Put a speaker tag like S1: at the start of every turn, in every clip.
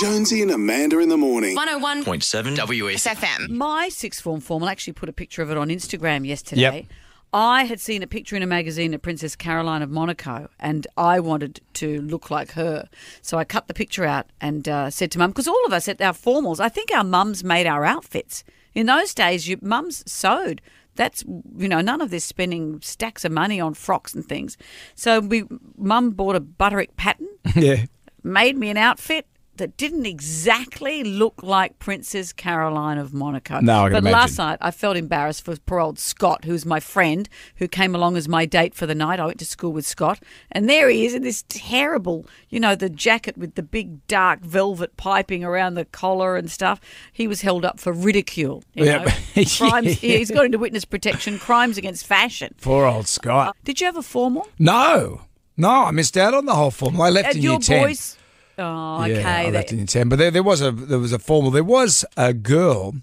S1: Jonesy and Amanda in the morning.
S2: 101
S3: 101.7 WS.
S2: FM.
S4: My sixth form formal actually put a picture of it on Instagram yesterday.
S5: Yep.
S4: I had seen a picture in a magazine of Princess Caroline of Monaco, and I wanted to look like her. So I cut the picture out and uh, said to mum, because all of us at our formals, I think our mums made our outfits. In those days, your mums sewed. That's you know none of this spending stacks of money on frocks and things. So we mum bought a butterick pattern
S5: Yeah.
S4: made me an outfit that didn't exactly look like Princess Caroline of Monaco.
S5: No, I can
S4: but
S5: imagine.
S4: last night I felt embarrassed for poor old Scott, who's my friend, who came along as my date for the night. I went to school with Scott, and there he is in this terrible, you know, the jacket with the big dark velvet piping around the collar and stuff. He was held up for ridicule. You
S5: Yep.
S4: know? crimes.
S5: Yeah.
S4: He's got into witness protection, crimes against fashion.
S5: Poor old Scott.
S4: Did you have a formal?
S5: No. No, I missed out on the whole formal. I left
S4: At
S5: in
S4: your
S5: year 10.
S4: boys? Oh, okay.
S5: Yeah, I
S4: they-
S5: left in year ten. But there, there was a there was a formal. There was a girl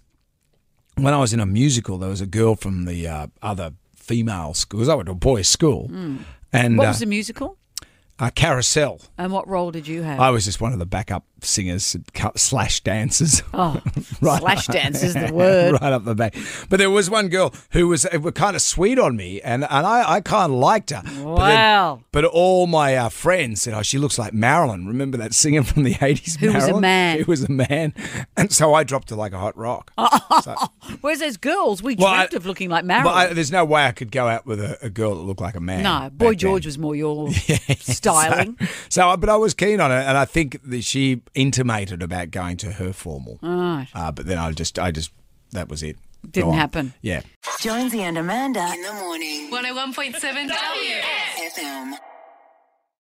S5: when I was in a musical. There was a girl from the uh, other female schools. I went to a boys' school, and
S4: Hmm. what
S5: uh,
S4: was the musical?
S5: a carousel.
S4: And what role did you have?
S5: I was just one of the backup singers slash dancers.
S4: oh, slash dance is the word.
S5: right up the back. But there was one girl who was uh, were kind of sweet on me, and, and I, I kind of liked her. But, then-
S4: Wow.
S5: but all my uh, friends said, oh, she looks like Marilyn. Remember that singer from the 80s,
S4: Who was a
S5: Marilyn?
S4: man. Oh,
S5: Who was a man. And so I dropped her like a hot rock.
S4: Whereas those girls, we
S5: Well,
S4: dreamt
S5: I-
S4: of looking like
S5: But
S4: Marilyn.
S5: I, there's no way I could go out with a, a girl that looked like a man.
S4: no,
S5: back
S4: Boy
S5: then.
S4: George was more your styling.
S5: So, so, but I was keen on it, and I think that she intimated about going to her formal. Right. Uh, but then I just, I just, that was it. Go
S4: Didn't
S5: on.
S4: happen.
S5: Yeah.
S6: Jonesy and Amanda.
S7: In the morning.
S2: 101.7 W.
S7: FM.